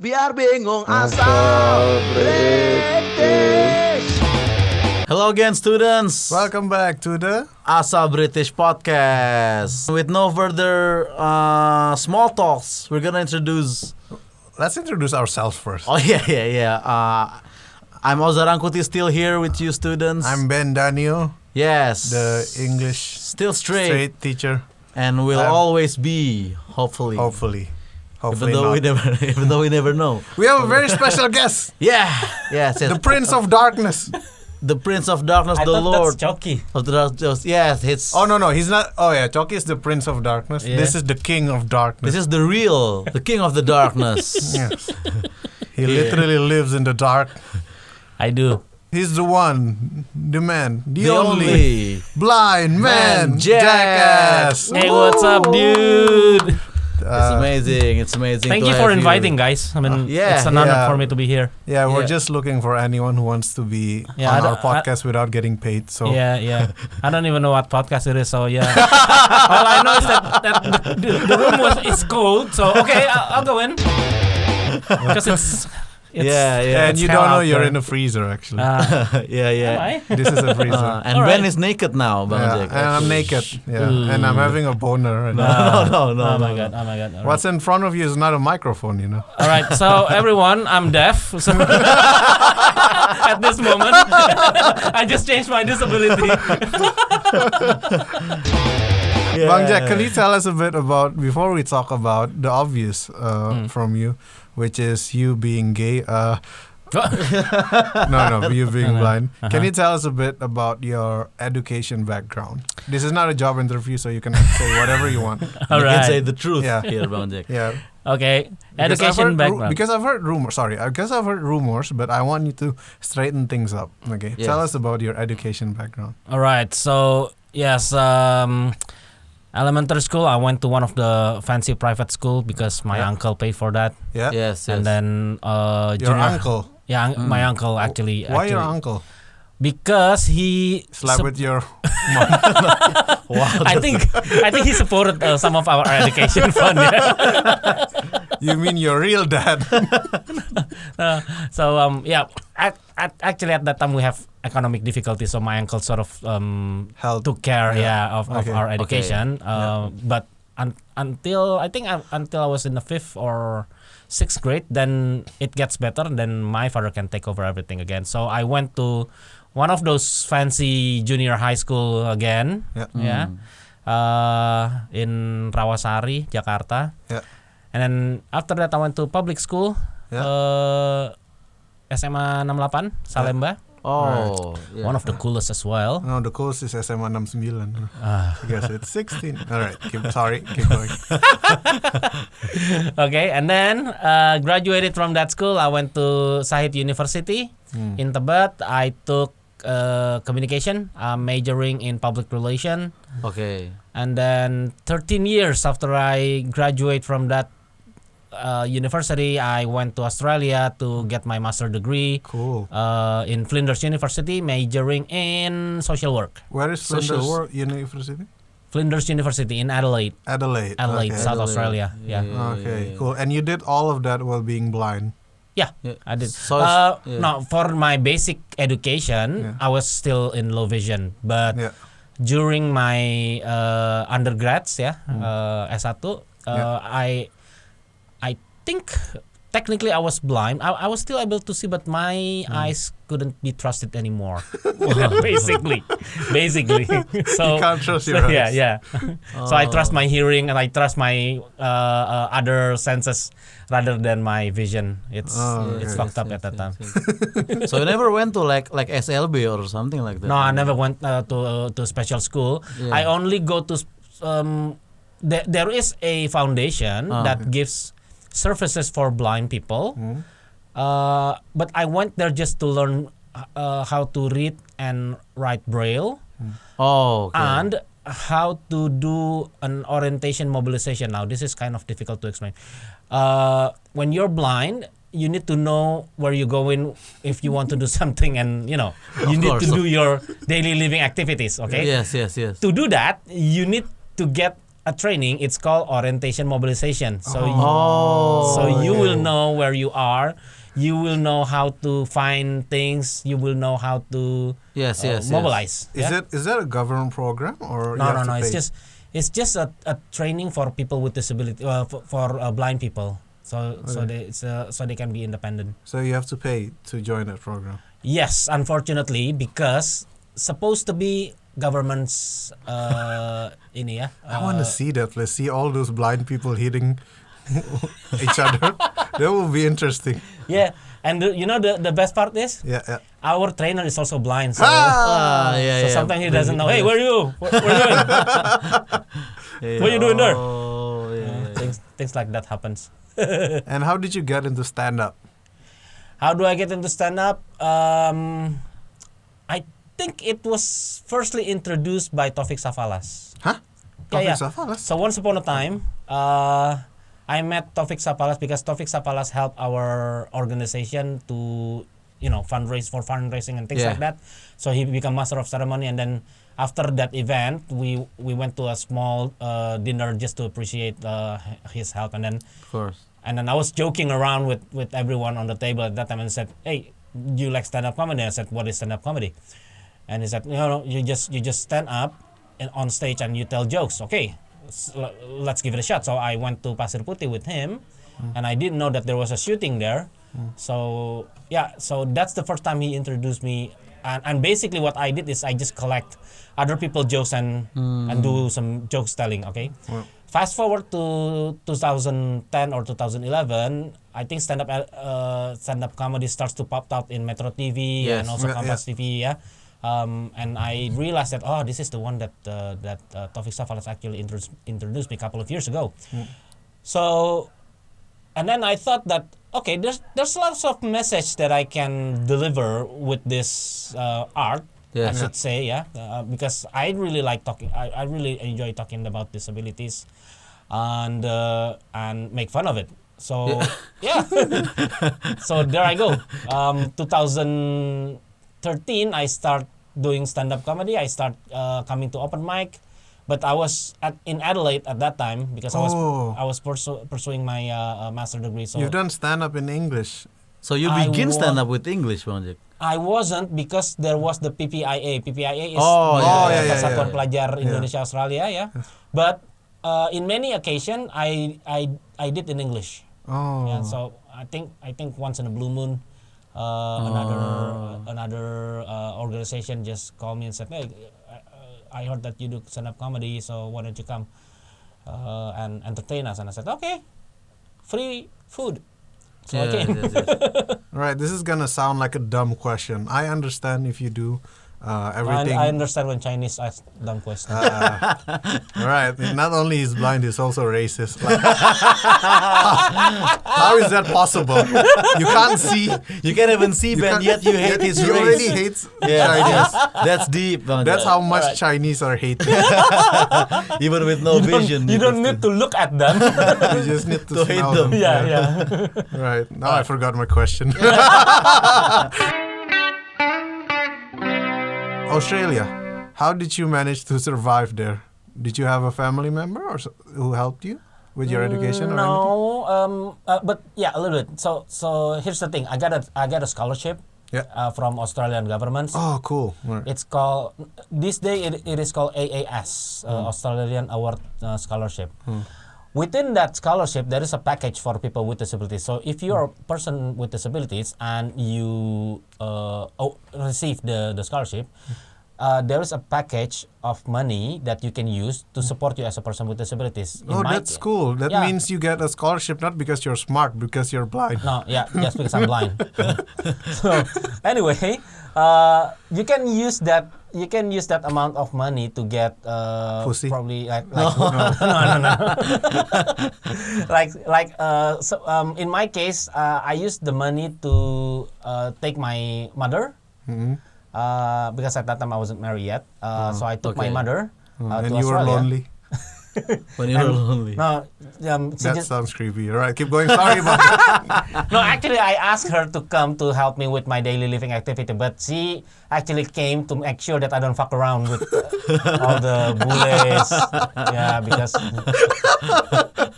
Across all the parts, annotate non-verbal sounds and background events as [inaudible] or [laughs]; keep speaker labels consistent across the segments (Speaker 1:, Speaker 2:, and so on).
Speaker 1: biar bingung asal British. Hello again students.
Speaker 2: Welcome back to the
Speaker 1: Asal British podcast. With no further uh, small talks, we're gonna introduce.
Speaker 2: Let's introduce ourselves first.
Speaker 1: Oh [laughs] yeah, yeah, yeah. Uh, I'm Ozaran Kuti, still here with you students. [laughs]
Speaker 2: I'm Ben Daniel,
Speaker 1: yes,
Speaker 2: the English
Speaker 1: still straight,
Speaker 2: straight teacher.
Speaker 1: and will
Speaker 2: I'm-
Speaker 1: always be, hopefully.
Speaker 2: Hopefully, hopefully
Speaker 1: even though we
Speaker 2: not.
Speaker 1: never, [laughs] even though we never know.
Speaker 2: We have a very special guest, [laughs]
Speaker 1: Yeah, yes, yes.
Speaker 2: the Prince of Darkness.
Speaker 1: the Prince of Darkness,
Speaker 3: I
Speaker 1: the
Speaker 3: thought
Speaker 1: Lord
Speaker 3: that's Chucky.
Speaker 1: of the Dark. just- Yes, it's.
Speaker 2: Oh no, no, he's not. Oh yeah, Chucky is the Prince of Darkness.
Speaker 3: Yeah.
Speaker 2: This is the King of Darkness.
Speaker 1: This is the real, the King of the Darkness.
Speaker 2: Yes. he literally lives in the dark.
Speaker 3: I do.
Speaker 2: He's the one, the man, the,
Speaker 1: The
Speaker 2: only,
Speaker 1: only.
Speaker 2: blind man,
Speaker 1: Man, Jack.
Speaker 2: jackass.
Speaker 3: Hey, what's up, dude?
Speaker 1: It's
Speaker 2: Uh,
Speaker 1: amazing. It's amazing.
Speaker 3: Thank
Speaker 1: to
Speaker 3: you for
Speaker 1: have Ah,
Speaker 3: inviting, guys. I mean,
Speaker 1: Yeah.
Speaker 3: it's an honor
Speaker 2: Yeah.
Speaker 3: for me to be here.
Speaker 2: Yeah, we're
Speaker 1: Yeah.
Speaker 2: just looking for anyone who wants to be
Speaker 3: Yeah,
Speaker 2: on
Speaker 3: I
Speaker 2: our
Speaker 3: don't- I-
Speaker 2: podcast without getting paid.
Speaker 1: Oh.
Speaker 2: So
Speaker 3: Yeah,
Speaker 1: [laughs]
Speaker 3: yeah. I don't even know what podcast it is, so yeah. [laughs] All I know is that, that the, the- the room was is cold, so okay, I'll, I'll go
Speaker 1: [laughs]
Speaker 3: in because it's, it's
Speaker 1: yeah, yeah,
Speaker 2: and
Speaker 3: it's
Speaker 2: you
Speaker 3: hell
Speaker 2: don't know
Speaker 3: out
Speaker 2: you're
Speaker 3: there.
Speaker 2: in a freezer actually.
Speaker 3: Uh,
Speaker 1: [laughs] yeah,
Speaker 3: am
Speaker 1: yeah.
Speaker 3: I?
Speaker 2: this is a freezer.
Speaker 1: Uh, and
Speaker 3: All
Speaker 1: Ben
Speaker 3: right.
Speaker 1: is naked now, Bang
Speaker 2: yeah,
Speaker 1: Jack,
Speaker 2: and I'm
Speaker 1: actually.
Speaker 2: naked. Yeah, and
Speaker 3: Mm.
Speaker 2: I'm having a boner. Right now.
Speaker 1: [laughs] No, no, no,
Speaker 3: oh my
Speaker 1: no,
Speaker 3: god! Oh my god! All
Speaker 2: What's in front of you is not a microphone, you know.
Speaker 3: All
Speaker 1: [laughs]
Speaker 3: right, so everyone, I'm deaf. So [laughs] at this moment, [laughs] I just changed my disability.
Speaker 1: Yeah.
Speaker 2: Bang Jack, can you tell us a bit about before we talk about the obvious uh,
Speaker 3: Mm.
Speaker 2: from you, which is you being gay?
Speaker 3: [laughs]
Speaker 2: Uh, no, no, you being
Speaker 3: No, no.
Speaker 2: blind. Can
Speaker 3: Uh-huh.
Speaker 2: you tell us a bit about your education background? This is not a job interview, so you can [laughs] say whatever you want.
Speaker 3: All
Speaker 1: You can say
Speaker 3: right.
Speaker 1: the truth
Speaker 2: Yeah.
Speaker 1: here, Bang Jack.
Speaker 2: Yeah.
Speaker 3: Okay.
Speaker 2: Because I've
Speaker 3: Education
Speaker 2: heard ru-
Speaker 3: background.
Speaker 2: because I've heard rumors. Sorry, I guess I've heard rumors, but I want you to straighten things up. Okay,
Speaker 1: Yes.
Speaker 2: tell us about your education background.
Speaker 3: All right. So yes, um, elementary school. I went to one of the fancy private school because my
Speaker 2: Yeah.
Speaker 3: uncle paid for that,
Speaker 2: Yeah,
Speaker 1: Yes, yes.
Speaker 3: and then uh,
Speaker 2: your
Speaker 3: junior-
Speaker 2: uncle. Hmm.
Speaker 3: Yeah, un- my
Speaker 1: Mm.
Speaker 3: uncle actually.
Speaker 2: Why your
Speaker 3: actually-
Speaker 2: uncle
Speaker 3: Because he.
Speaker 2: slept
Speaker 3: sup-
Speaker 2: with your?
Speaker 1: wow.
Speaker 3: [laughs] I think I think he supported uh, some of our [laughs] education fund. Yeah.
Speaker 2: you mean your real
Speaker 3: [laughs]
Speaker 2: dad?
Speaker 3: Uh, so um yeah, at, at, actually at that time we have economic difficulties, so my uncle sort of um
Speaker 2: Hell,
Speaker 3: took care
Speaker 2: Yeah.
Speaker 3: yeah, of,
Speaker 2: Okay.
Speaker 3: of our
Speaker 1: Okay.
Speaker 3: education uh, but un- until i think un- until i was in the fifth or sixth grade then it gets better then my father can take over everything again so i went to one of those fancy junior high school again
Speaker 2: Yeah.
Speaker 3: yeah uh, in rawasari jakarta
Speaker 2: Yeah.
Speaker 3: and then after that i went to public school
Speaker 2: Yeah.
Speaker 3: uh, SMA 68 Salemba,
Speaker 1: Oh, yeah.
Speaker 3: one of the coolest as well.
Speaker 2: No, the course is SMA 69.
Speaker 3: Ah.
Speaker 2: Because it's 16. All right, keep, sorry, keep going.
Speaker 3: Okay, and then uh, graduated from that school. I went to Sahid University
Speaker 2: Hmm.
Speaker 3: in Tibet. I took uh, communication, uh, majoring in public relation,
Speaker 1: okay.
Speaker 3: and then 13 years after I graduate from that uh, university, I went to Australia to get my master degree
Speaker 2: Cool.
Speaker 3: uh, in Flinders University, majoring in social work.
Speaker 2: Where is
Speaker 1: Social
Speaker 2: Flinders
Speaker 1: work.
Speaker 2: University?
Speaker 3: Flinders University in Adelaide,
Speaker 2: Adelaide.
Speaker 3: Adelaide,
Speaker 2: Okay.
Speaker 3: South Australia. Yeah,
Speaker 2: Okay,
Speaker 1: yeah.
Speaker 2: cool. And you did all of that while being blind.
Speaker 1: Yeah.
Speaker 3: I did.
Speaker 1: So-
Speaker 3: uh,
Speaker 1: yeah.
Speaker 3: No, for my basic education,
Speaker 2: Yeah.
Speaker 3: I was still in low vision. But
Speaker 2: Yeah.
Speaker 3: during my uh, undergrads, yeah, uh, S1, uh,
Speaker 2: Hmm. Yeah.
Speaker 3: I, I think technically I was blind. I, I was still able to see, but my
Speaker 2: Hmm.
Speaker 3: eyes couldn't be trusted
Speaker 2: [laughs]
Speaker 3: anymore. [laughs] basically, basically.
Speaker 2: you
Speaker 3: so
Speaker 2: can't trust your
Speaker 3: so, Oh. [laughs] yeah,
Speaker 2: eyes.
Speaker 3: yeah.
Speaker 2: Oh.
Speaker 3: so I trust my hearing and I trust my uh, uh, other senses rather than my vision. It's
Speaker 2: Oh,
Speaker 3: it's
Speaker 2: okay.
Speaker 3: fucked up at that time.
Speaker 1: time. so you never went to like like SLB or something like that?
Speaker 3: No, I never went uh, to to special school.
Speaker 1: Yeah.
Speaker 3: I only go to s- um, there, there is a foundation
Speaker 1: Ah.
Speaker 3: that gives services for blind people.
Speaker 2: Hmm?
Speaker 3: Uh, but I went there just to learn uh, how to read and write braille.
Speaker 2: Hmm.
Speaker 1: Oh, okay.
Speaker 3: and how to do an orientation mobilization. Now, this is kind of difficult to explain. Uh, when you're blind, you need to know where you're going if you want to do [laughs] something, and you know, you
Speaker 1: Of
Speaker 3: need to
Speaker 1: course.
Speaker 3: do your daily living activities. Okay.
Speaker 1: Yes, yes, yes.
Speaker 3: To do that, you need to get a training. It's called orientation mobilization. So you,
Speaker 1: Oh.
Speaker 3: so you will
Speaker 1: know.
Speaker 3: know where you are. You will know how to find things. You will know how to
Speaker 1: Yes,
Speaker 3: uh,
Speaker 1: yes, yes.
Speaker 3: mobilize.
Speaker 2: Is
Speaker 3: yeah?
Speaker 2: it is that a government program or you
Speaker 3: No,
Speaker 2: have
Speaker 3: no,
Speaker 2: to
Speaker 3: no. It's
Speaker 2: pay?
Speaker 3: just it's just a, a training for people with disability uh, for, for uh, blind people.
Speaker 2: Oh,
Speaker 3: So so they it's, uh, so they can be independent.
Speaker 2: so you have to pay to join that program.
Speaker 3: Yes, unfortunately, because supposed to be government's uh, ini ya.
Speaker 2: [laughs] I want to
Speaker 1: Uh,
Speaker 2: see that. Let's see all those blind people hitting [laughs] each other. that would be interesting.
Speaker 3: Yeah, and the, you know the the best part is
Speaker 2: Yeah, yeah.
Speaker 3: our trainer is also blind. So,
Speaker 1: Ah, yeah,
Speaker 3: so
Speaker 1: yeah.
Speaker 3: sometimes he doesn't know. Hey, where are you? What, what are you
Speaker 1: [laughs]
Speaker 3: doing? What you doing there?
Speaker 1: Oh, yeah. yeah.
Speaker 3: things things like that happens.
Speaker 2: And how did you get into stand up?
Speaker 3: How do I get into stand up? Um, I think it was firstly introduced by Taufik Safalas.
Speaker 2: Huh?
Speaker 3: Yeah, yeah.
Speaker 2: Topics of- oh, that's-
Speaker 3: So once upon a time, uh, I met Taufik Sapalas because Taufik Sapalas helped our organization to, you know, fundraise for fundraising and things
Speaker 1: Yeah.
Speaker 3: like that. So he became master of ceremony, and then after that event, we we went to a small uh, dinner just to appreciate uh, his help, and then
Speaker 1: Of course.
Speaker 3: and then I was joking around with, with everyone on the table at that time and said, "Hey, do you like stand up comedy?" I said, "What is stand up comedy?" And he said, "No, no, you just you just stand up and on stage and you tell jokes." Okay, s- l- let's give it a shot. So I went to Pasir Putih with him,
Speaker 1: Mm.
Speaker 3: and I didn't know that there was a shooting there. So yeah, so that's the first time he introduced me. And, and basically what I did is I just collect other people jokes and
Speaker 1: Mm.
Speaker 3: and do some jokes telling. Okay.
Speaker 2: Wow.
Speaker 3: Fast forward to 2010 or 2011, I think stand up uh, stand up comedy starts to pop out in Metro TV
Speaker 1: Yes.
Speaker 3: and also
Speaker 2: Yeah,
Speaker 3: Compass TV, yeah. Um, and I realized that oh, this is the one that uh, that uh, Taufik Safalas actually introduced, introduced me a couple of years ago. So, and then I thought that okay, there's there's lots of message that I can deliver with this uh, art.
Speaker 1: Yeah.
Speaker 3: I should say, yeah, uh, because I really like talking. I, I really enjoy talking about disabilities, and uh, and make fun of it. So yeah, so there I go. Um, 2013, I start doing stand-up comedy. I start uh, coming to open mic, but I was at, in Adelaide at that time because I was
Speaker 2: Oh.
Speaker 3: I was pursu- pursuing my uh, uh, master degree. So
Speaker 2: You've done stand up in English.
Speaker 1: So you
Speaker 3: I
Speaker 1: begin
Speaker 3: want-
Speaker 1: stand up with English, Bang Jack.
Speaker 3: I wasn't because there was the PPIA. PPIA is
Speaker 1: Oh, yeah,
Speaker 3: the
Speaker 2: yeah, yeah,
Speaker 3: Persatuan
Speaker 1: yeah.
Speaker 3: Pelajar
Speaker 2: Yeah.
Speaker 3: Indonesia Australia, yeah. But uh, in many occasion, I I I did in English.
Speaker 2: Oh.
Speaker 3: Yeah, so I think I think once in a blue moon, uh, another
Speaker 1: Oh.
Speaker 3: another uh, organization just called me and said, "Hey, I, I heard that you do stand-up comedy, so why don't you come uh, and entertain us?" And I said, "Okay, free food." So I
Speaker 1: Yeah,
Speaker 3: came.
Speaker 1: yes, yes.
Speaker 2: Right, this is gonna sound like a dumb question. I understand if you do uh, everything.
Speaker 3: I, I understand when Chinese ask dumb questions.
Speaker 2: uh, [laughs] right, not only is blind, he's also racist.
Speaker 1: [laughs]
Speaker 2: Like, how is that possible? You can't see.
Speaker 1: [laughs] you can't even see
Speaker 2: You
Speaker 1: Ben,
Speaker 2: can't- [laughs]
Speaker 1: yet you hate his
Speaker 2: He already
Speaker 1: race.
Speaker 2: hates
Speaker 1: [laughs] Yeah,
Speaker 2: Chinese.
Speaker 1: that's deep, Bang
Speaker 2: That's
Speaker 1: Jack.
Speaker 2: how much Chinese are
Speaker 1: [laughs]
Speaker 2: hated.
Speaker 1: Even with no
Speaker 3: you don't,
Speaker 1: vision.
Speaker 3: you
Speaker 1: can
Speaker 3: don't need to look at them. [laughs]
Speaker 2: you just need to,
Speaker 1: To hate
Speaker 2: smell
Speaker 1: them.
Speaker 2: them.
Speaker 3: yeah, yeah.
Speaker 2: Right. Now I forgot my question. [laughs] Australia. How did you manage to survive there? Did you have a family member or so, who helped you with your education or anything?
Speaker 3: Mm, No, um, uh, but yeah, a little bit. So, so here's the thing. I got a, I got a scholarship
Speaker 2: Yeah.
Speaker 3: uh, from Australian government.
Speaker 2: Oh, cool. Right.
Speaker 3: It's called this day. It, it is called AAS,
Speaker 2: Hmm.
Speaker 3: uh, Australian Award uh, Scholarship. Within that scholarship, there is a package for people with disabilities. So if you're
Speaker 2: Hmm.
Speaker 3: a person with disabilities and you uh, o- receive the the scholarship.
Speaker 2: Hmm.
Speaker 3: Uh, there is a package of money that you can use to support you as a person with disabilities. In
Speaker 2: Hmm. Oh,
Speaker 3: my
Speaker 2: that's
Speaker 3: ca-
Speaker 2: cool. That
Speaker 3: Yeah.
Speaker 2: means you get a scholarship not because you're smart, because you're blind.
Speaker 3: No, yeah, just because I'm blind. [laughs] so anyway, uh, you can use that you can use that amount of money to get uh,
Speaker 2: Pussy.
Speaker 3: probably like, like no. no no no [laughs] like like uh, so um, in my case uh, I used the money to uh, take my mother uh, because at that time I wasn't married yet uh, so I took my
Speaker 1: Okay.
Speaker 3: mother uh,
Speaker 2: and
Speaker 3: to
Speaker 2: you were
Speaker 3: Australia.
Speaker 2: lonely.
Speaker 1: when you're
Speaker 3: I'm-
Speaker 1: lonely.
Speaker 3: No, um, she
Speaker 2: That
Speaker 3: just-
Speaker 2: sounds creepy. All right, keep going. Sorry about that. [laughs]
Speaker 3: no, actually, I asked her to come to help me with my daily living activity, but she actually came to make sure that I don't fuck around with uh, all the bullies. yeah, because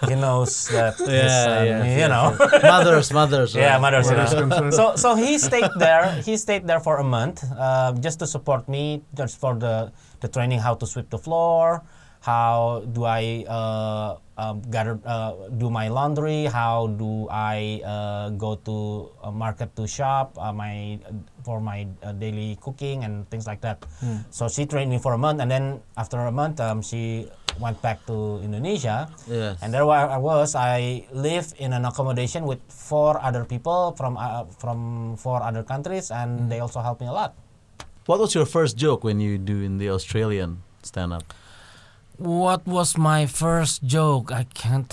Speaker 3: he knows that. his
Speaker 1: Yeah,
Speaker 3: son,
Speaker 1: yeah,
Speaker 3: you
Speaker 1: yeah,
Speaker 3: know.
Speaker 1: [laughs] mothers, mothers.
Speaker 3: Yeah,
Speaker 1: right?
Speaker 3: mothers. you
Speaker 2: Where it's
Speaker 3: know.
Speaker 2: concerned.
Speaker 3: So, so he stayed there. He stayed there for a month, uh, just to support me, just for the the training how to sweep the floor, how do I uh, um, gather, uh, do my laundry, how do I uh, go to a market to shop, uh, my for my uh, daily cooking and things like that.
Speaker 2: Hmm.
Speaker 3: So she trained me for a month, and then after a month, um, she went back to Indonesia.
Speaker 1: Yes.
Speaker 3: And there wa- I was. I live in an accommodation with four other people from uh, from four other countries, and they also helped me a lot.
Speaker 1: What was your first joke when you do in the Australian stand-up?
Speaker 3: What was my first joke? I can't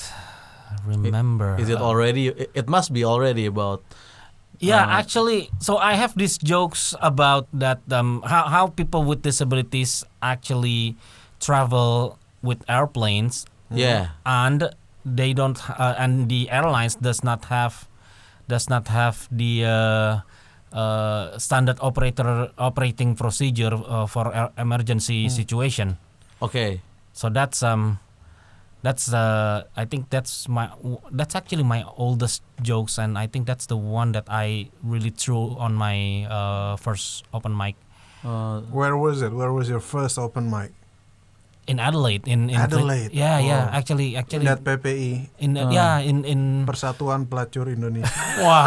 Speaker 3: remember.
Speaker 1: Is it already? It it must be already about.
Speaker 3: Yeah,
Speaker 1: Uh,
Speaker 3: actually, so I have these jokes about that um, how how people with disabilities actually travel with airplanes
Speaker 1: Yeah.
Speaker 3: and they don't uh, and the airlines does not have does not have the uh, uh, standard operator operating procedure uh, for e-
Speaker 2: Hmm.
Speaker 3: emergency situation
Speaker 1: Okay.
Speaker 3: so that's um that's uh i think that's my that's actually my oldest jokes and i think that's the one that i really threw on my uh, first open mic
Speaker 1: Uh,
Speaker 2: Where was it? Where was your first open mic?
Speaker 3: in adelaide in, in Fli-
Speaker 2: Adelaide.
Speaker 3: yeah yeah
Speaker 2: Wow.
Speaker 3: actually actually
Speaker 2: That PPI
Speaker 3: in uh,
Speaker 1: Uh.
Speaker 3: yeah in
Speaker 2: E,
Speaker 3: in
Speaker 2: Persatuan Pelacur Indonesia.
Speaker 3: [laughs] wow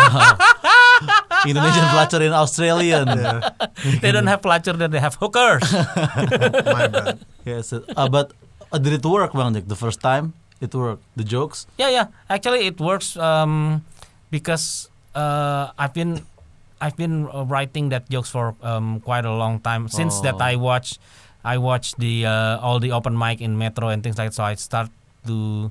Speaker 1: Indonesian flatter in Australian.
Speaker 2: yeah,
Speaker 3: they don't have pelacur then they have hookers
Speaker 2: my bad.
Speaker 3: [laughs]
Speaker 1: Yes. Uh, but uh, did it work, Bang Jack? The first time it worked. The jokes.
Speaker 3: yeah yeah actually it works um because uh i've been i've been uh, writing that jokes for um quite a long time since that
Speaker 1: Oh.
Speaker 3: i watch i watch the uh, all the open mic in metro and things like that so i start to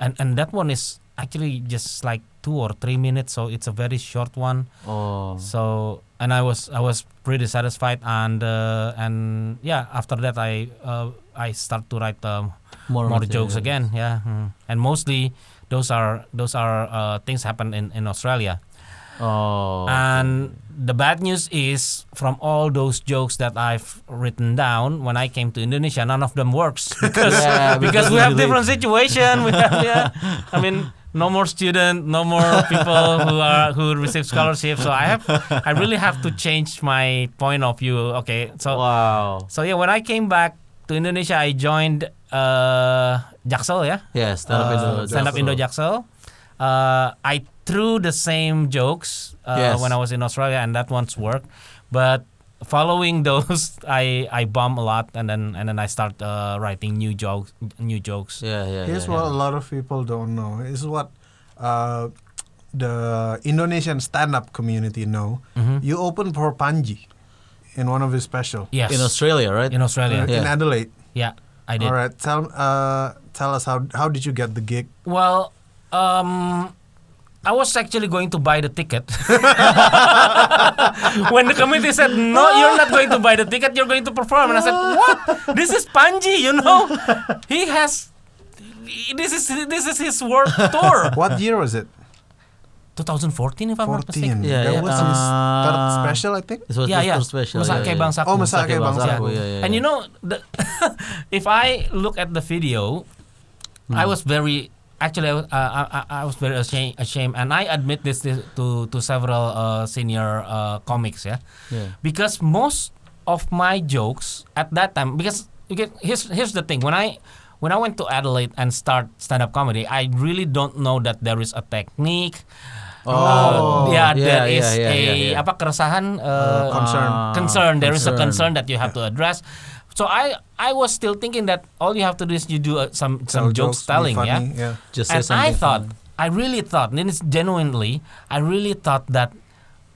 Speaker 3: and and that one is actually just like two or three minutes so it's a very short one
Speaker 1: Oh.
Speaker 3: so and I was I was pretty satisfied and uh, and yeah after that I uh, I start to write um,
Speaker 1: More
Speaker 3: more,
Speaker 1: material.
Speaker 3: jokes again yeah mm. and mostly those are those are uh, things happen in in Australia
Speaker 1: Oh.
Speaker 3: Uh, and the bad news is from all those jokes that I've written down when I came to Indonesia none of them works because
Speaker 1: Yeah,
Speaker 3: because we
Speaker 1: you
Speaker 3: have
Speaker 1: relate.
Speaker 3: different situation. We have, yeah. I mean, no more student, no more people who are who receive scholarship. So I have, I really have to change my point of view. Okay, so
Speaker 1: Wow.
Speaker 3: so yeah, when I came back to Indonesia, I joined uh, Jaksel, yeah,
Speaker 1: Yeah. Stand up
Speaker 3: Uh,
Speaker 1: Indo.
Speaker 3: Stand Up Indo Jaksel. Uh, I threw the same jokes uh,
Speaker 1: Yes.
Speaker 3: when I was in Australia, and that once worked, but. Following [laughs] those, I I bomb a lot, and then and then I start uh, writing new jokes, new jokes.
Speaker 1: Yeah. Yeah.
Speaker 2: Here's
Speaker 1: yeah,
Speaker 2: what a
Speaker 1: yeah.
Speaker 2: lot of people don't know. Is what uh, the Indonesian stand-up community know.
Speaker 3: Mhm.
Speaker 2: You opened for Panji in one of his special Uh,
Speaker 3: Yes.
Speaker 1: In Australia, right?
Speaker 3: In Australia.
Speaker 2: in
Speaker 1: Yeah.
Speaker 2: Adelaide.
Speaker 3: Yeah, I did.
Speaker 2: All right, tell uh, tell us how how did you get the
Speaker 3: [laughs]
Speaker 2: gig?
Speaker 3: Well, um, I was actually going to buy the ticket. [laughs] when the committee said, no, you're not going to buy the ticket, you're going to perform. And I said, what? This is Panji, you know? He has. This is this is his world tour.
Speaker 2: [laughs] What year was it?
Speaker 3: 2014, if I'm not
Speaker 2: Fourteen.
Speaker 3: mistaken.
Speaker 1: Yeah,
Speaker 2: that
Speaker 1: yeah.
Speaker 2: was his third
Speaker 1: Uh,
Speaker 2: special, I think.
Speaker 1: This was
Speaker 3: Yeah,
Speaker 1: just
Speaker 3: yeah.
Speaker 1: for special.
Speaker 3: Masake
Speaker 1: yeah, yeah.
Speaker 3: Bangsaku.
Speaker 2: Oh, Masake
Speaker 1: Bangsaku.
Speaker 2: Bangsaku.
Speaker 1: Yeah, yeah, yeah.
Speaker 3: And you know, the [laughs] if I look at the video,
Speaker 1: Hmm.
Speaker 3: I was very actually I was- uh, I, I, I was very ashamed, ashamed, and I admit this to to, to several uh, senior uh, comics, yeah,
Speaker 1: Yeah.
Speaker 3: because most of my jokes at that time, because you get, here's here's the thing when I when I went to Adelaide and start stand up comedy, I really don't know that there is a technique.
Speaker 1: Oh,
Speaker 3: uh,
Speaker 1: yeah,
Speaker 3: yeah, there
Speaker 1: yeah,
Speaker 3: is
Speaker 1: yeah,
Speaker 3: a
Speaker 1: yeah, yeah.
Speaker 3: apa keresahan uh,
Speaker 2: concern.
Speaker 1: Ah,
Speaker 3: concern. There is a concern
Speaker 1: concern.
Speaker 3: that you have to address. So I I was still thinking that all you have to do is you do uh,
Speaker 2: Tell
Speaker 3: some some jokes,
Speaker 2: be
Speaker 3: telling, yeah.
Speaker 2: funny, yeah.
Speaker 1: Just say
Speaker 3: And
Speaker 1: something
Speaker 3: I thought,
Speaker 1: funny.
Speaker 3: I really thought, and it's genuinely, I really thought that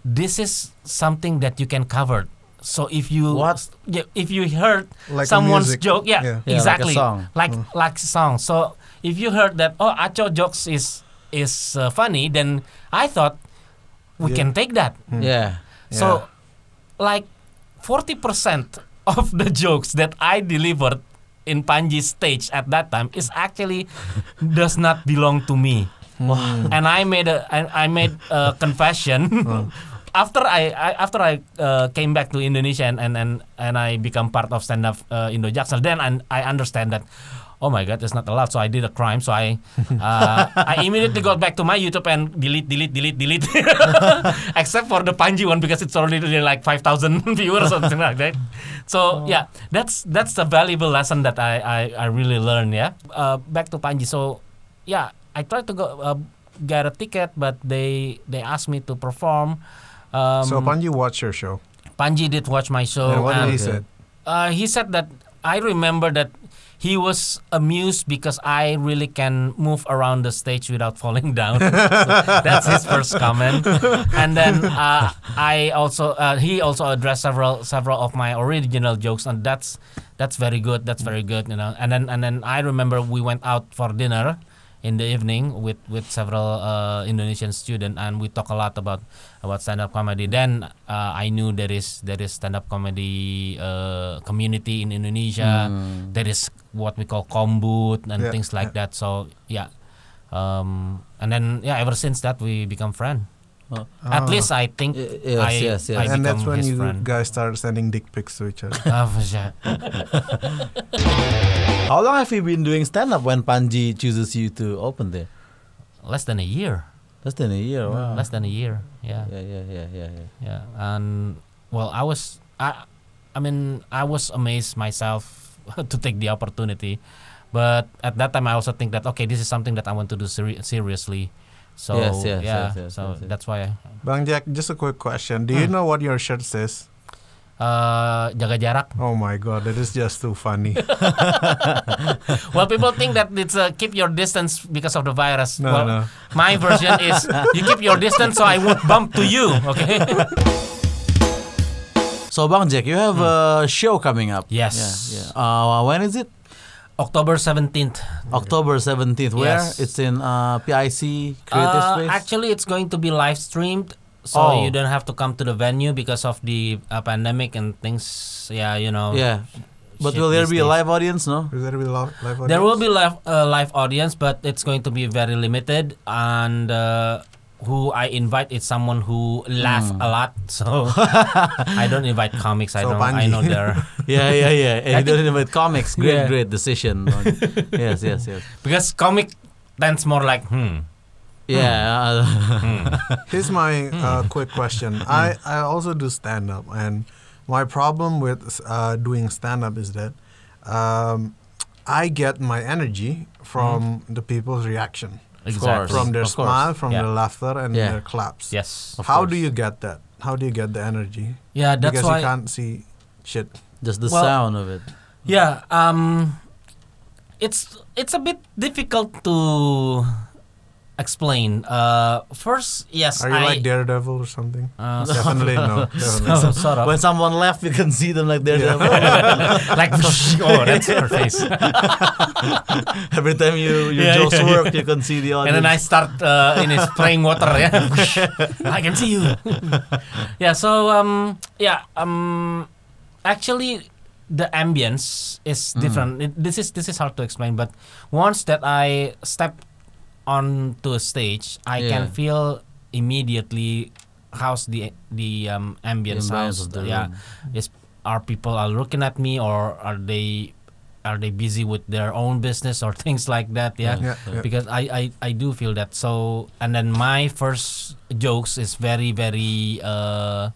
Speaker 3: this is something that you can cover. So if you
Speaker 1: What?
Speaker 3: yeah, if you heard
Speaker 2: Like a
Speaker 3: someone's
Speaker 2: music.
Speaker 3: joke,
Speaker 2: Yeah.
Speaker 1: Yeah,
Speaker 3: yeah,
Speaker 1: like a
Speaker 3: exactly,
Speaker 1: song.
Speaker 3: like like song. So if you heard that oh Acho jokes is is uh, funny, then I thought we
Speaker 2: Yeah.
Speaker 3: can take that.
Speaker 2: Hmm.
Speaker 1: Yeah.
Speaker 3: So, like 40% of the jokes that I delivered in Panji's stage at that time is actually does not belong to me.
Speaker 2: Hmm.
Speaker 3: And I made a I, I made a confession after I, I after I uh, came back to Indonesia and and and, and I become part of stand up uh, Indo Jaksel. Then I, I understand that. Oh my God, it's not allowed. So I did a crime. So I, uh, I immediately got back to my YouTube and delete, delete, delete, delete. [laughs] Except for the Panji one because it's already like five thousand [laughs] viewers or something like that. So yeah, that's that's the valuable lesson that I I, I really learned. Yeah, uh, back to Panji. So yeah, I tried to go uh, get a ticket, but they they asked me to perform. Um,
Speaker 2: so
Speaker 3: Oh,
Speaker 2: Panji watched your show.
Speaker 3: Panji did watch my show.
Speaker 2: and what did
Speaker 3: and,
Speaker 2: he said?
Speaker 3: Uh, he said that I remember that he was amused because I really can move around the stage without [laughs] falling down. So that's his first comment. And then uh, I also uh, he also addressed several several of my original jokes, and that's that's very good. That's very good, you know. And then and then I remember we went out for dinner in the evening with with several uh, Indonesian student and we talk a lot about about stand up comedy. Then uh, I knew there is there is stand up comedy uh, community in Indonesia.
Speaker 4: Hmm.
Speaker 3: There is what we call kombut
Speaker 2: Yeah,
Speaker 3: and things like that. So yeah, um, and then yeah, ever since that we become friend.
Speaker 4: Oh.
Speaker 2: Ah.
Speaker 3: At least I think
Speaker 4: Y- yes,
Speaker 3: I,
Speaker 4: yes, yes.
Speaker 3: I
Speaker 2: and that's when
Speaker 3: become his
Speaker 2: you
Speaker 3: friend.
Speaker 2: guys started sending dick pics to each other.
Speaker 3: [laughs] Ah, for sure.
Speaker 1: How long have you been doing stand up when Panji chooses you to open there?
Speaker 3: Less than a year.
Speaker 1: Less than a year.
Speaker 4: Ah.
Speaker 1: Wow.
Speaker 3: Less than a year. Yeah.
Speaker 4: Yeah, yeah, yeah, yeah, yeah.
Speaker 3: Yeah, and well, I was I, I mean, I was amazed myself [laughs] to take the opportunity, but at that time I also think that okay, this is something that I want to do seri- seriously. So
Speaker 4: Yes, yes, yes,
Speaker 3: yeah,
Speaker 4: yes,
Speaker 3: so
Speaker 4: yes, yes.
Speaker 3: that's why
Speaker 2: Bang Jack, just a quick question. Do you know what your shirt says?
Speaker 3: uh, jaga jarak. [laughs]
Speaker 2: Oh my god, that is just too funny.
Speaker 3: Well, people think that it's uh, keep your distance because of the virus.
Speaker 2: No,
Speaker 3: well,
Speaker 2: no.
Speaker 3: my version is you keep your distance so I won't bump to you.
Speaker 2: [laughs]
Speaker 3: Okay.
Speaker 1: So Bang Jack, you have a show coming up.
Speaker 3: Hmm. yes.
Speaker 4: Yeah,
Speaker 1: Uh, when is it?
Speaker 3: October seventeenth.
Speaker 1: October 17th. Where?
Speaker 3: Yes.
Speaker 1: It's in uh, PIC Creative
Speaker 3: Uh,
Speaker 1: Space.
Speaker 3: Actually, it's going to be live streamed, so
Speaker 1: Oh.
Speaker 3: you don't have to come to the venue because of the uh, pandemic and things. Yeah, you know.
Speaker 1: yeah. But
Speaker 3: shit
Speaker 1: will there be
Speaker 3: these
Speaker 1: a
Speaker 3: days.
Speaker 1: live audience?
Speaker 3: [laughs]
Speaker 1: No.
Speaker 2: Is that a live, live audience?
Speaker 3: There will be live uh, live audience, but it's going to be very limited. And uh, who I invite is someone who laugh a lot. [laughs] So I don't invite comics. I
Speaker 2: Hmm. So
Speaker 3: don't.
Speaker 2: Panji.
Speaker 3: I know
Speaker 2: [laughs]
Speaker 3: there
Speaker 1: yeah, yeah, [laughs] yeah. And
Speaker 3: I
Speaker 1: you don't know about comics. Great,
Speaker 3: Yeah.
Speaker 1: great decision.
Speaker 3: [laughs]
Speaker 1: yes, yes, yes.
Speaker 3: because comic tends more like hmm.
Speaker 1: Yeah. uh,
Speaker 2: Here's my uh, quick question. I, I also do stand up, and my problem with uh, doing stand up is that um, I get my energy from the people's reaction,
Speaker 1: course.
Speaker 2: from their
Speaker 1: Of course.
Speaker 2: smile, from
Speaker 3: Yeah.
Speaker 2: their laughter, and
Speaker 1: Yeah.
Speaker 2: their claps.
Speaker 3: Yes.
Speaker 1: Of
Speaker 2: How
Speaker 1: course.
Speaker 2: do you get that? How do you get the energy?
Speaker 3: Yeah, that's
Speaker 2: because
Speaker 3: why.
Speaker 2: you can't see shit.
Speaker 1: [laughs] Just the
Speaker 3: Well-
Speaker 1: sound of it.
Speaker 3: Yeah, um it's it's a bit difficult to explain. Uh first, yes,
Speaker 2: Are you
Speaker 3: I
Speaker 2: like Daredevil or something?
Speaker 3: uh, [laughs]
Speaker 2: Definitely [laughs] no. Definitely.
Speaker 3: so- sort of
Speaker 1: When someone laughs, you can see them like they're
Speaker 3: like oh that's her face
Speaker 1: [laughs] every time you your
Speaker 3: Yeah,
Speaker 1: jokes
Speaker 3: yeah,
Speaker 1: work, you can see the audience.
Speaker 3: and then I start uh, in
Speaker 4: [laughs]
Speaker 3: spraying water yeah [laughs] I can see you yeah so um yeah um actually the ambience is
Speaker 4: Hmm.
Speaker 3: different It- this is this is hard to explain but once that I step onto a stage I
Speaker 4: Yeah.
Speaker 3: can feel immediately how's the the um ambience,
Speaker 4: ambience
Speaker 3: how's
Speaker 4: of the
Speaker 3: yeah is are people are looking at me or are they are they busy with their own business or [laughs] things like that yeah,
Speaker 2: Yeah, yeah.
Speaker 3: because I, I i do feel that so and then my first jokes is very very uh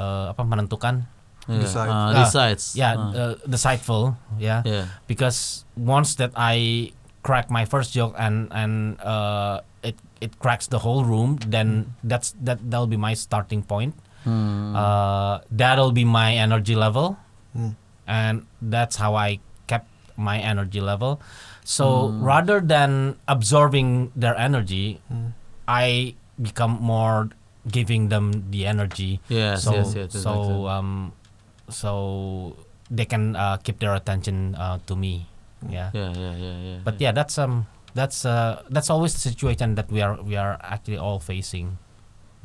Speaker 3: uh apa menentukan
Speaker 4: Yeah.
Speaker 2: Decides.
Speaker 4: Uh,
Speaker 3: Ah,
Speaker 1: decides.
Speaker 3: yeah
Speaker 1: Uh,
Speaker 3: uh, decideful yeah
Speaker 4: yeah.
Speaker 3: because once that I crack my first joke and and uh, it it cracks the whole room, then that's that that'll be my starting point.
Speaker 1: Hmm.
Speaker 3: Uh, that'll be my energy level,
Speaker 2: Mm,
Speaker 3: and that's how I kept my energy level. So rather than absorbing their energy,
Speaker 2: mm.
Speaker 3: I become more giving them the energy
Speaker 4: Yes,
Speaker 3: so
Speaker 4: yes, yes. that
Speaker 3: so
Speaker 4: makes
Speaker 1: uh,
Speaker 4: sense.
Speaker 3: um so they can uh, keep their attention uh, to me yeah.
Speaker 4: yeah, yeah, yeah, yeah.
Speaker 3: but yeah that's um that's uh that's always the situation that we are we are actually all facing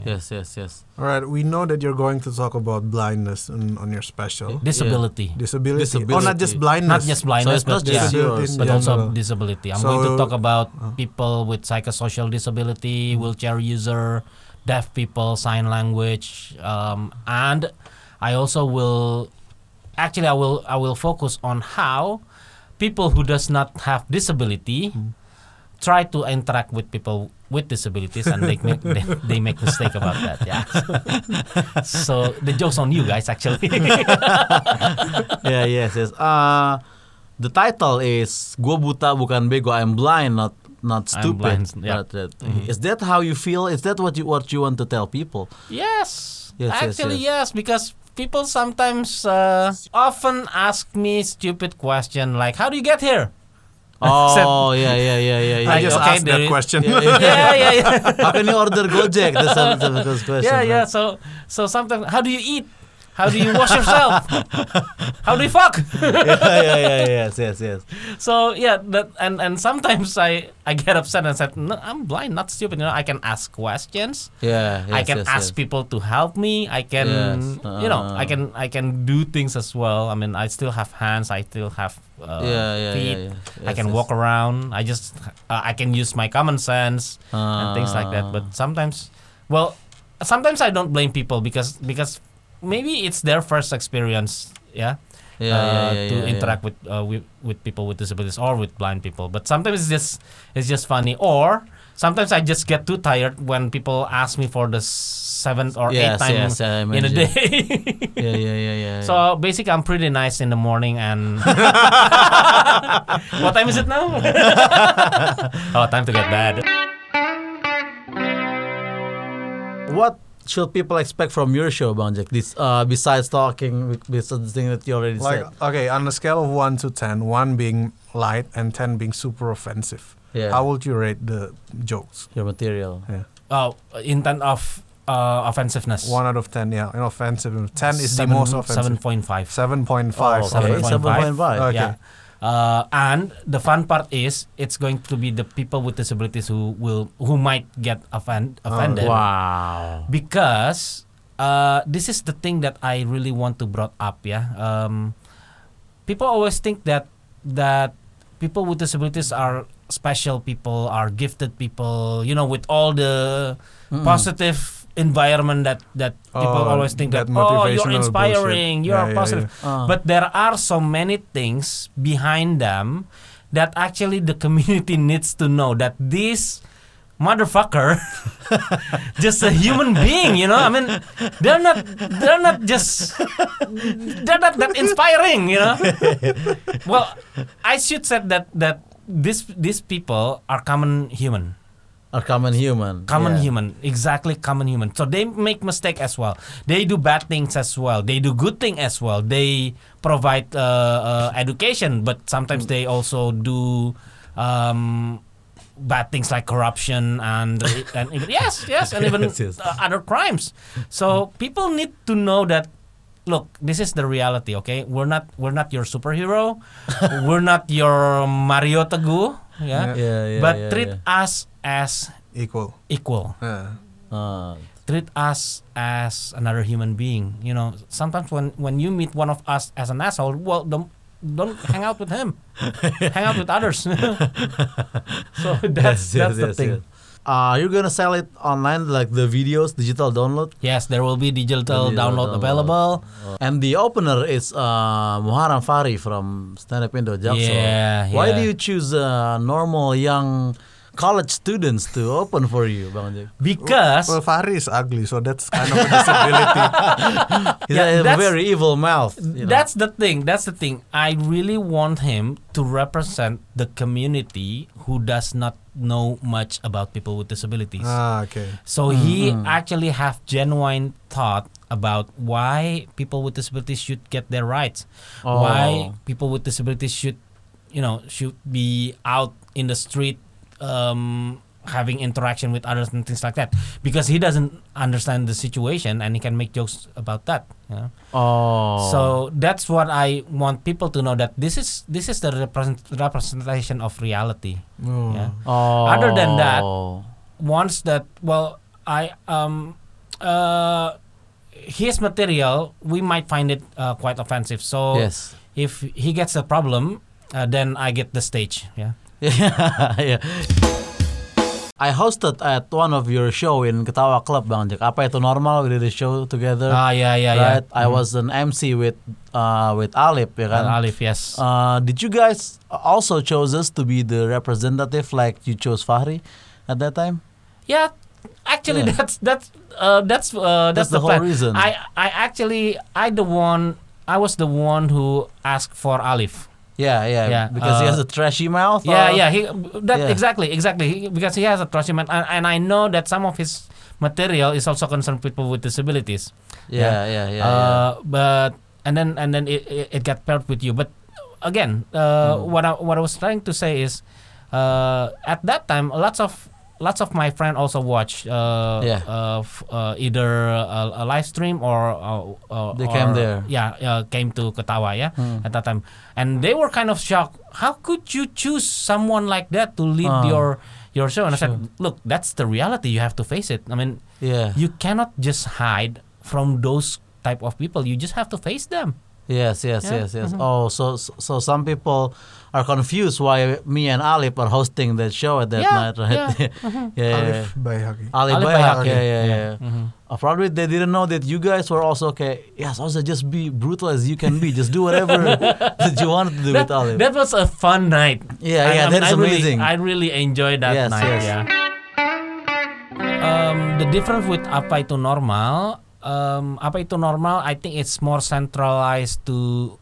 Speaker 4: Yes, yes, yes.
Speaker 2: All right, we know that you're going to talk about blindness on, on your special.
Speaker 3: disability,
Speaker 2: Disability. Oh,
Speaker 4: Disability.
Speaker 2: not just blindness.
Speaker 3: not just blindness,
Speaker 1: it's not
Speaker 3: but yeah.
Speaker 1: just
Speaker 2: Disability
Speaker 1: yours,
Speaker 2: in
Speaker 3: but also
Speaker 2: general.
Speaker 3: disability. I'm
Speaker 2: So- uh,
Speaker 3: going to talk about people with psychosocial disability, wheelchair user, deaf people, sign language, um, and I also will actually I will I will focus on how people who does not have disability
Speaker 2: Hmm.
Speaker 3: try to interact with people with disabilities and they make they, they make mistake about that
Speaker 2: [laughs]
Speaker 3: yeah so the joke's on you guys
Speaker 2: [laughs]
Speaker 3: actually
Speaker 1: [laughs] yeah, yes, yes. Uh, the title is "Gua buta bukan bego. I'm blind, not not
Speaker 3: I'm
Speaker 1: stupid."
Speaker 3: blind, yeah. Mm-hmm.
Speaker 1: Right, right. Is that how you feel? Is that what you what you want to tell
Speaker 3: [laughs]
Speaker 1: people?
Speaker 3: Yes.
Speaker 1: Yes, yes,
Speaker 3: Actually, yes. because people sometimes uh, often ask me stupid question like, "How do you get
Speaker 1: [laughs]
Speaker 3: here?"
Speaker 1: Oh, yeah, yeah, yeah, yeah. yeah.
Speaker 2: I
Speaker 3: Like,
Speaker 2: just
Speaker 3: okay,
Speaker 2: asked
Speaker 3: there
Speaker 2: that
Speaker 3: is-
Speaker 2: question.
Speaker 1: yeah,
Speaker 2: [laughs]
Speaker 1: yeah.
Speaker 3: yeah, yeah, yeah,
Speaker 1: How can you order Gojek? That's
Speaker 3: [laughs]
Speaker 1: a, that's a good question.
Speaker 3: yeah, yeah.
Speaker 1: right?
Speaker 3: So, so sometimes, how do you eat? How do you wash yourself? how do you fuck?
Speaker 1: [laughs]
Speaker 3: [laughs]
Speaker 1: yeah, yeah, yeah, yes, yes, yes.
Speaker 3: so yeah, that and and sometimes I I get upset and said, "No, I'm blind, not stupid. You know, I can ask questions."
Speaker 1: Yeah, yes,
Speaker 3: I can
Speaker 1: yes,
Speaker 3: ask
Speaker 1: yes.
Speaker 3: people to help me. I can,
Speaker 1: Yes,
Speaker 3: you know, I
Speaker 1: uh.
Speaker 3: can, I can do things as well. I mean, I still have hands. I still have uh,
Speaker 1: yeah, yeah,
Speaker 3: feet.
Speaker 1: yeah, yeah. Yes,
Speaker 3: I can
Speaker 1: yes.
Speaker 3: walk around. I just, uh, I can use my common sense and things like that.
Speaker 1: Ah.
Speaker 3: But sometimes, well, sometimes I don't blame people because because maybe it's their first experience. Yeah.
Speaker 1: yeah, yeah,
Speaker 3: uh,
Speaker 1: yeah,
Speaker 3: to
Speaker 1: yeah, yeah.
Speaker 3: interact with, uh, with with people with disabilities or with blind people. But sometimes it's just it's just funny. Or sometimes I just get too tired when people ask me for the seventh or
Speaker 1: yes,
Speaker 3: eighth time
Speaker 1: yes, I
Speaker 3: in a
Speaker 1: imagine.
Speaker 3: day. [laughs]
Speaker 1: Yeah, yeah, yeah, yeah. yeah.
Speaker 3: so basically, I'm pretty nice in the morning. And [laughs] what time is it now? oh, time to get bad.
Speaker 1: What should people expect from your show, Bang Jack? This uh, besides talking, besides the thing that you already
Speaker 2: like,
Speaker 1: said.
Speaker 2: okay, on a scale of 1 to 10, 1 being light and 10 being super offensive,
Speaker 1: Yeah,
Speaker 2: how would you rate the jokes?
Speaker 1: your material.
Speaker 3: Oh, intent of uh, offensive-ness.
Speaker 2: 1 out of 10, yeah. and offensive. 10 is
Speaker 3: Seven-
Speaker 2: the most offensive.
Speaker 3: Seven point five.
Speaker 2: 7.5.
Speaker 1: Oh, okay.
Speaker 2: offensive.
Speaker 1: 7.5.
Speaker 3: 7.5.
Speaker 2: Okay.
Speaker 3: Yeah. Uh, and the fun part is it's going to be the people with disabilities who will who might get offend,
Speaker 2: Oh,
Speaker 3: offended
Speaker 1: Wow.
Speaker 3: because uh, this is the thing that I really want to brought up yeah um, people always think that that people with disabilities are special people are gifted people you know with all the positive environment that that people
Speaker 2: Oh,
Speaker 3: always think
Speaker 2: that
Speaker 3: that, oh you're
Speaker 2: motivational bullshit."
Speaker 3: inspiring you're
Speaker 2: Yeah, yeah,
Speaker 3: positive
Speaker 1: Uh,
Speaker 3: but there are so many things behind them that actually the community [laughs] needs to know that this motherfucker [laughs] just a human being you know i mean they're not they're not just they're not that inspiring you know [laughs] well i should say that that this these people are common human
Speaker 1: a common human.
Speaker 3: common
Speaker 1: yeah.
Speaker 3: human exactly common human so they make mistake as well they do bad things as well they do good thing as well they provide uh, uh, education but sometimes they also do um, bad things like corruption
Speaker 1: [laughs]
Speaker 3: and, and even, yes yes and even
Speaker 1: Yes, yes.
Speaker 3: uh, other crimes so people need to know that look this is the reality okay we're not we're not your superhero
Speaker 1: [laughs]
Speaker 3: we're not your mario teguh yeah,
Speaker 1: Yeah, yeah,
Speaker 3: but
Speaker 1: yeah,
Speaker 3: treat
Speaker 1: yeah.
Speaker 3: us as
Speaker 2: Equal.
Speaker 3: equal.
Speaker 2: Yeah.
Speaker 1: Uh,
Speaker 3: Treat us as another human being. You know, sometimes when when you meet one of us as an asshole, well, don't don't [laughs] hang out with him. hang out with others. [laughs] so
Speaker 1: [laughs] yes,
Speaker 3: that's
Speaker 1: yes,
Speaker 3: [laughs] that's the
Speaker 1: yes,
Speaker 3: thing.
Speaker 1: yes. Uh, you're gonna sell it online like the videos, digital download,
Speaker 3: Yes, there will be
Speaker 1: Digital
Speaker 3: digital download
Speaker 1: download.
Speaker 3: available.
Speaker 1: and the opener is uh, Muharram Fari from Stand Up Indo Jaksel.
Speaker 3: Yeah,
Speaker 1: Why
Speaker 3: yeah.
Speaker 1: do you choose uh, normal young college students to open for you, Bang Jack?
Speaker 3: Because
Speaker 2: Well, Fahri is ugly, so that's kind of a
Speaker 3: [laughs]
Speaker 2: disability.
Speaker 1: He's
Speaker 3: Yeah,
Speaker 1: yeah, a
Speaker 3: that's-
Speaker 1: very evil mouth. you know.
Speaker 3: that's the thing. That's the thing. I really want him to represent the community who does not know much about people with disabilities.
Speaker 2: ah, okay.
Speaker 3: So he
Speaker 1: Mm-hmm.
Speaker 3: actually have genuine thought about why people with disabilities should get their rights,
Speaker 1: Oh.
Speaker 3: why people with disabilities should, you know, should be out in the street, um, having interaction with others and things like that. Because he doesn't understand the situation and he can make jokes about that. You know?
Speaker 1: oh.
Speaker 3: So that's what I want people to know that this is this is the represent, representation of reality.
Speaker 2: Oh.
Speaker 3: Yeah
Speaker 1: Oh.
Speaker 3: Other than that, once that well i um uh, his material, we might find it uh, quite offensive. So
Speaker 1: Oh. Yes. [laughs]
Speaker 3: if he gets a problem, uh, then I get the stage. Yeah.
Speaker 1: yeah. I hosted at one of your show in Ketawa Club Bang Jack. Apa itu normal? We did a show together.
Speaker 3: Ah, yeah, yeah,
Speaker 1: Uh, right?
Speaker 3: yeah.
Speaker 1: I was an MC with uh, with Alip ya kan.
Speaker 3: And Alif, yes.
Speaker 1: Uh, did you guys also chose us to be the representative like you chose Fahri at that time?
Speaker 3: Yeah, actually,
Speaker 1: Yeah.
Speaker 3: that's that's uh, that's uh,
Speaker 1: That's
Speaker 3: that's,
Speaker 1: the whole
Speaker 3: plan.
Speaker 1: reason.
Speaker 3: I I actually I the one I was the one who asked for Alif.
Speaker 1: Yeah, yeah,
Speaker 3: Yeah,
Speaker 1: because he
Speaker 3: uh,
Speaker 1: has a trashy mouth. or-
Speaker 3: yeah, yeah. He
Speaker 1: uh,
Speaker 3: that
Speaker 1: yeah.
Speaker 3: exactly exactly he, because he has a trust and, and I know that some of his material is also concerned people with disabilities.
Speaker 1: yeah, yeah, yeah. yeah.
Speaker 3: Uh, but and then and then it, it, it got paired with you. But again,
Speaker 1: Hmm.
Speaker 3: uh, what I what I was trying to say is, uh, at that time, lots of lots of my friend also watch uh,
Speaker 1: Yeah.
Speaker 3: uh, f- uh, either a, a live stream or uh, uh,
Speaker 1: They came
Speaker 3: or-
Speaker 1: there. Hmm.
Speaker 3: Yeah, uh, came to Ketawa. Yeah, at that time, and they were kind of shocked. How could you choose someone like that to lead
Speaker 1: Ah.
Speaker 3: your your show? And I said, look, that's the reality. You have to face it. I mean,
Speaker 1: yeah.
Speaker 3: you cannot just hide from those type of people you just have to face them
Speaker 1: Yes, yes,
Speaker 3: Yeah, Mm-hmm.
Speaker 1: yes, yes. Oh, so so some people are confused why me and Alip are hosting that show at that
Speaker 3: Yeah,
Speaker 1: night, right? [laughs]
Speaker 3: yeah. Mm-hmm.
Speaker 1: yeah, yeah. yeah.
Speaker 2: Alif Bayhaqi.
Speaker 1: Ali
Speaker 3: Alip
Speaker 1: Bayhaq,
Speaker 3: Bayhaqi. Mm-hmm.
Speaker 1: yeah, yeah, yeah. Uh, probably they didn't know that you guys were also okay. Yes, also just be brutal as you can be. Just do
Speaker 3: [laughs]
Speaker 1: whatever [laughs] that you want to do
Speaker 3: that,
Speaker 1: with Alip.
Speaker 3: that was a fun night
Speaker 1: Yeah,
Speaker 3: I-
Speaker 1: yeah,
Speaker 3: I mean,
Speaker 1: that's
Speaker 3: I really-
Speaker 1: amazing.
Speaker 3: i really enjoyed that
Speaker 1: Yes,
Speaker 3: night
Speaker 1: yes.
Speaker 3: yeah um, the difference with apa itu normal um, apa itu normal i think it's more centralized to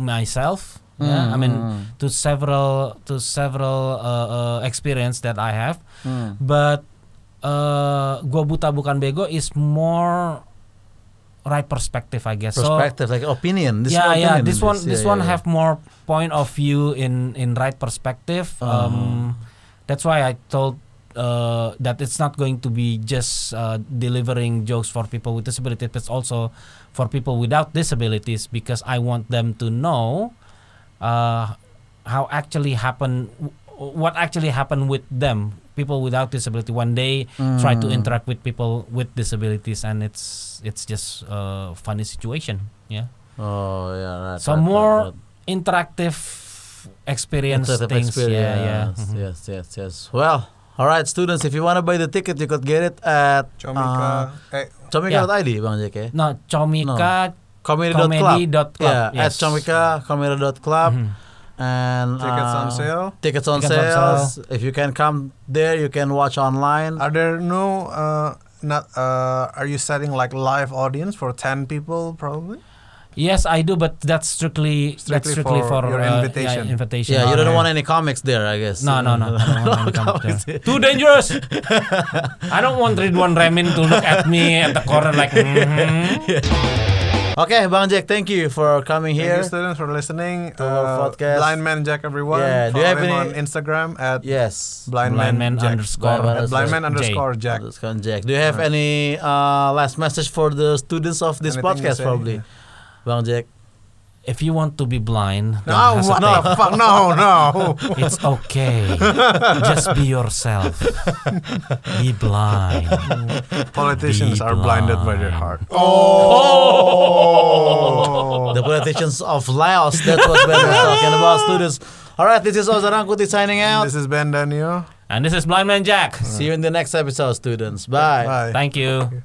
Speaker 3: myself yeah?
Speaker 1: Hmm,
Speaker 3: i mean to several to several uh, uh, experience that i have
Speaker 1: Hmm.
Speaker 3: but uh, gua buta bukan bego is more right perspective I guess.
Speaker 1: Perspective, like opinion.
Speaker 3: So
Speaker 1: This is
Speaker 3: yeah, yeah.
Speaker 1: opinion,
Speaker 3: This one,
Speaker 1: Yeah,
Speaker 3: this one
Speaker 1: yeah,
Speaker 3: have more point of view in in right perspective.
Speaker 1: Uh-huh.
Speaker 3: Um, that's why I told uh, that it's not going to be just uh, delivering jokes for people with disabilities, but also for people without disabilities because I want them to know uh, how actually happen what actually happened with them people without disability when they try to
Speaker 1: Mm.
Speaker 3: interact with people with disabilities and it's it's just a funny situation yeah
Speaker 1: yeah. Oh yeah, right.
Speaker 3: so
Speaker 1: right, right,
Speaker 3: more
Speaker 1: right.
Speaker 3: interactive experience
Speaker 1: Interactive
Speaker 3: things yeah Mm-hmm. yeah
Speaker 1: experience. Yes, yes, yes. Well, all right, students. If you want to buy the ticket, you could get it at uh,
Speaker 2: Comika.
Speaker 1: Ah,
Speaker 2: eh,
Speaker 1: Comika.id, Bang Jack. Ya?
Speaker 3: no comika
Speaker 1: Comedy.club.
Speaker 3: comedy.club
Speaker 1: Yeah,
Speaker 3: yes. Mm-hmm.
Speaker 1: at Comika, Comedy.club. And
Speaker 2: tickets
Speaker 1: uh,
Speaker 2: on sale.
Speaker 1: Tickets on
Speaker 3: Tickets on
Speaker 1: sales. If you can come there, you can watch online.
Speaker 2: Are there no? Uh, not. Uh, are you setting like live audience for ten people probably?
Speaker 3: yes i do but that's strictly, that's
Speaker 2: Strictly
Speaker 3: strictly for,
Speaker 2: for your
Speaker 3: uh, yeah,
Speaker 2: invitation.
Speaker 3: invitation
Speaker 1: yeah, you don't
Speaker 3: Okay.
Speaker 1: want any comics there, I guess.
Speaker 3: No, no,
Speaker 1: [laughs]
Speaker 3: no. I don't want any
Speaker 1: comics
Speaker 3: comments there. Too dangerous. I don't want Ridwan Remin to look at me at the corner like. "Mhm."
Speaker 1: [laughs] Okay, Bang Jack, thank you for coming
Speaker 2: Thank
Speaker 1: here.
Speaker 2: you, students, for listening. Uh,
Speaker 1: to our podcast.
Speaker 2: Blind Man Jack, everyone.
Speaker 1: Yeah, do you
Speaker 2: Follow
Speaker 1: have
Speaker 2: him
Speaker 1: any-
Speaker 2: on Instagram at
Speaker 1: yes.
Speaker 2: Blind,
Speaker 3: Blind
Speaker 2: Man,
Speaker 3: man
Speaker 2: Jack.
Speaker 3: underscore
Speaker 1: Blind man
Speaker 2: At Blind Man
Speaker 3: J.
Speaker 2: underscore Jack.
Speaker 1: Let's go, Jack. Do you have any uh, last message for the students of this
Speaker 2: Anything you
Speaker 1: podcast,
Speaker 2: say,
Speaker 1: probably? Bang Jack.
Speaker 3: If you want to be blind, don't
Speaker 2: No, what
Speaker 3: hesitate.
Speaker 2: the fuck? No,
Speaker 1: [laughs]
Speaker 2: no.
Speaker 3: It's okay. Just be yourself. Be blind.
Speaker 2: Politicians
Speaker 3: Be
Speaker 2: are blinded by their heart.
Speaker 3: blind.
Speaker 2: Oh.
Speaker 1: The politicians of Laos. That's what Ben was talking about, students. All right, this is Ozanang Kuti signing out.
Speaker 2: This is Ben Daniel.
Speaker 3: And this is Blind Man Jack.
Speaker 1: See you in the next episode, students. Bye.
Speaker 2: Bye.
Speaker 3: Thank you.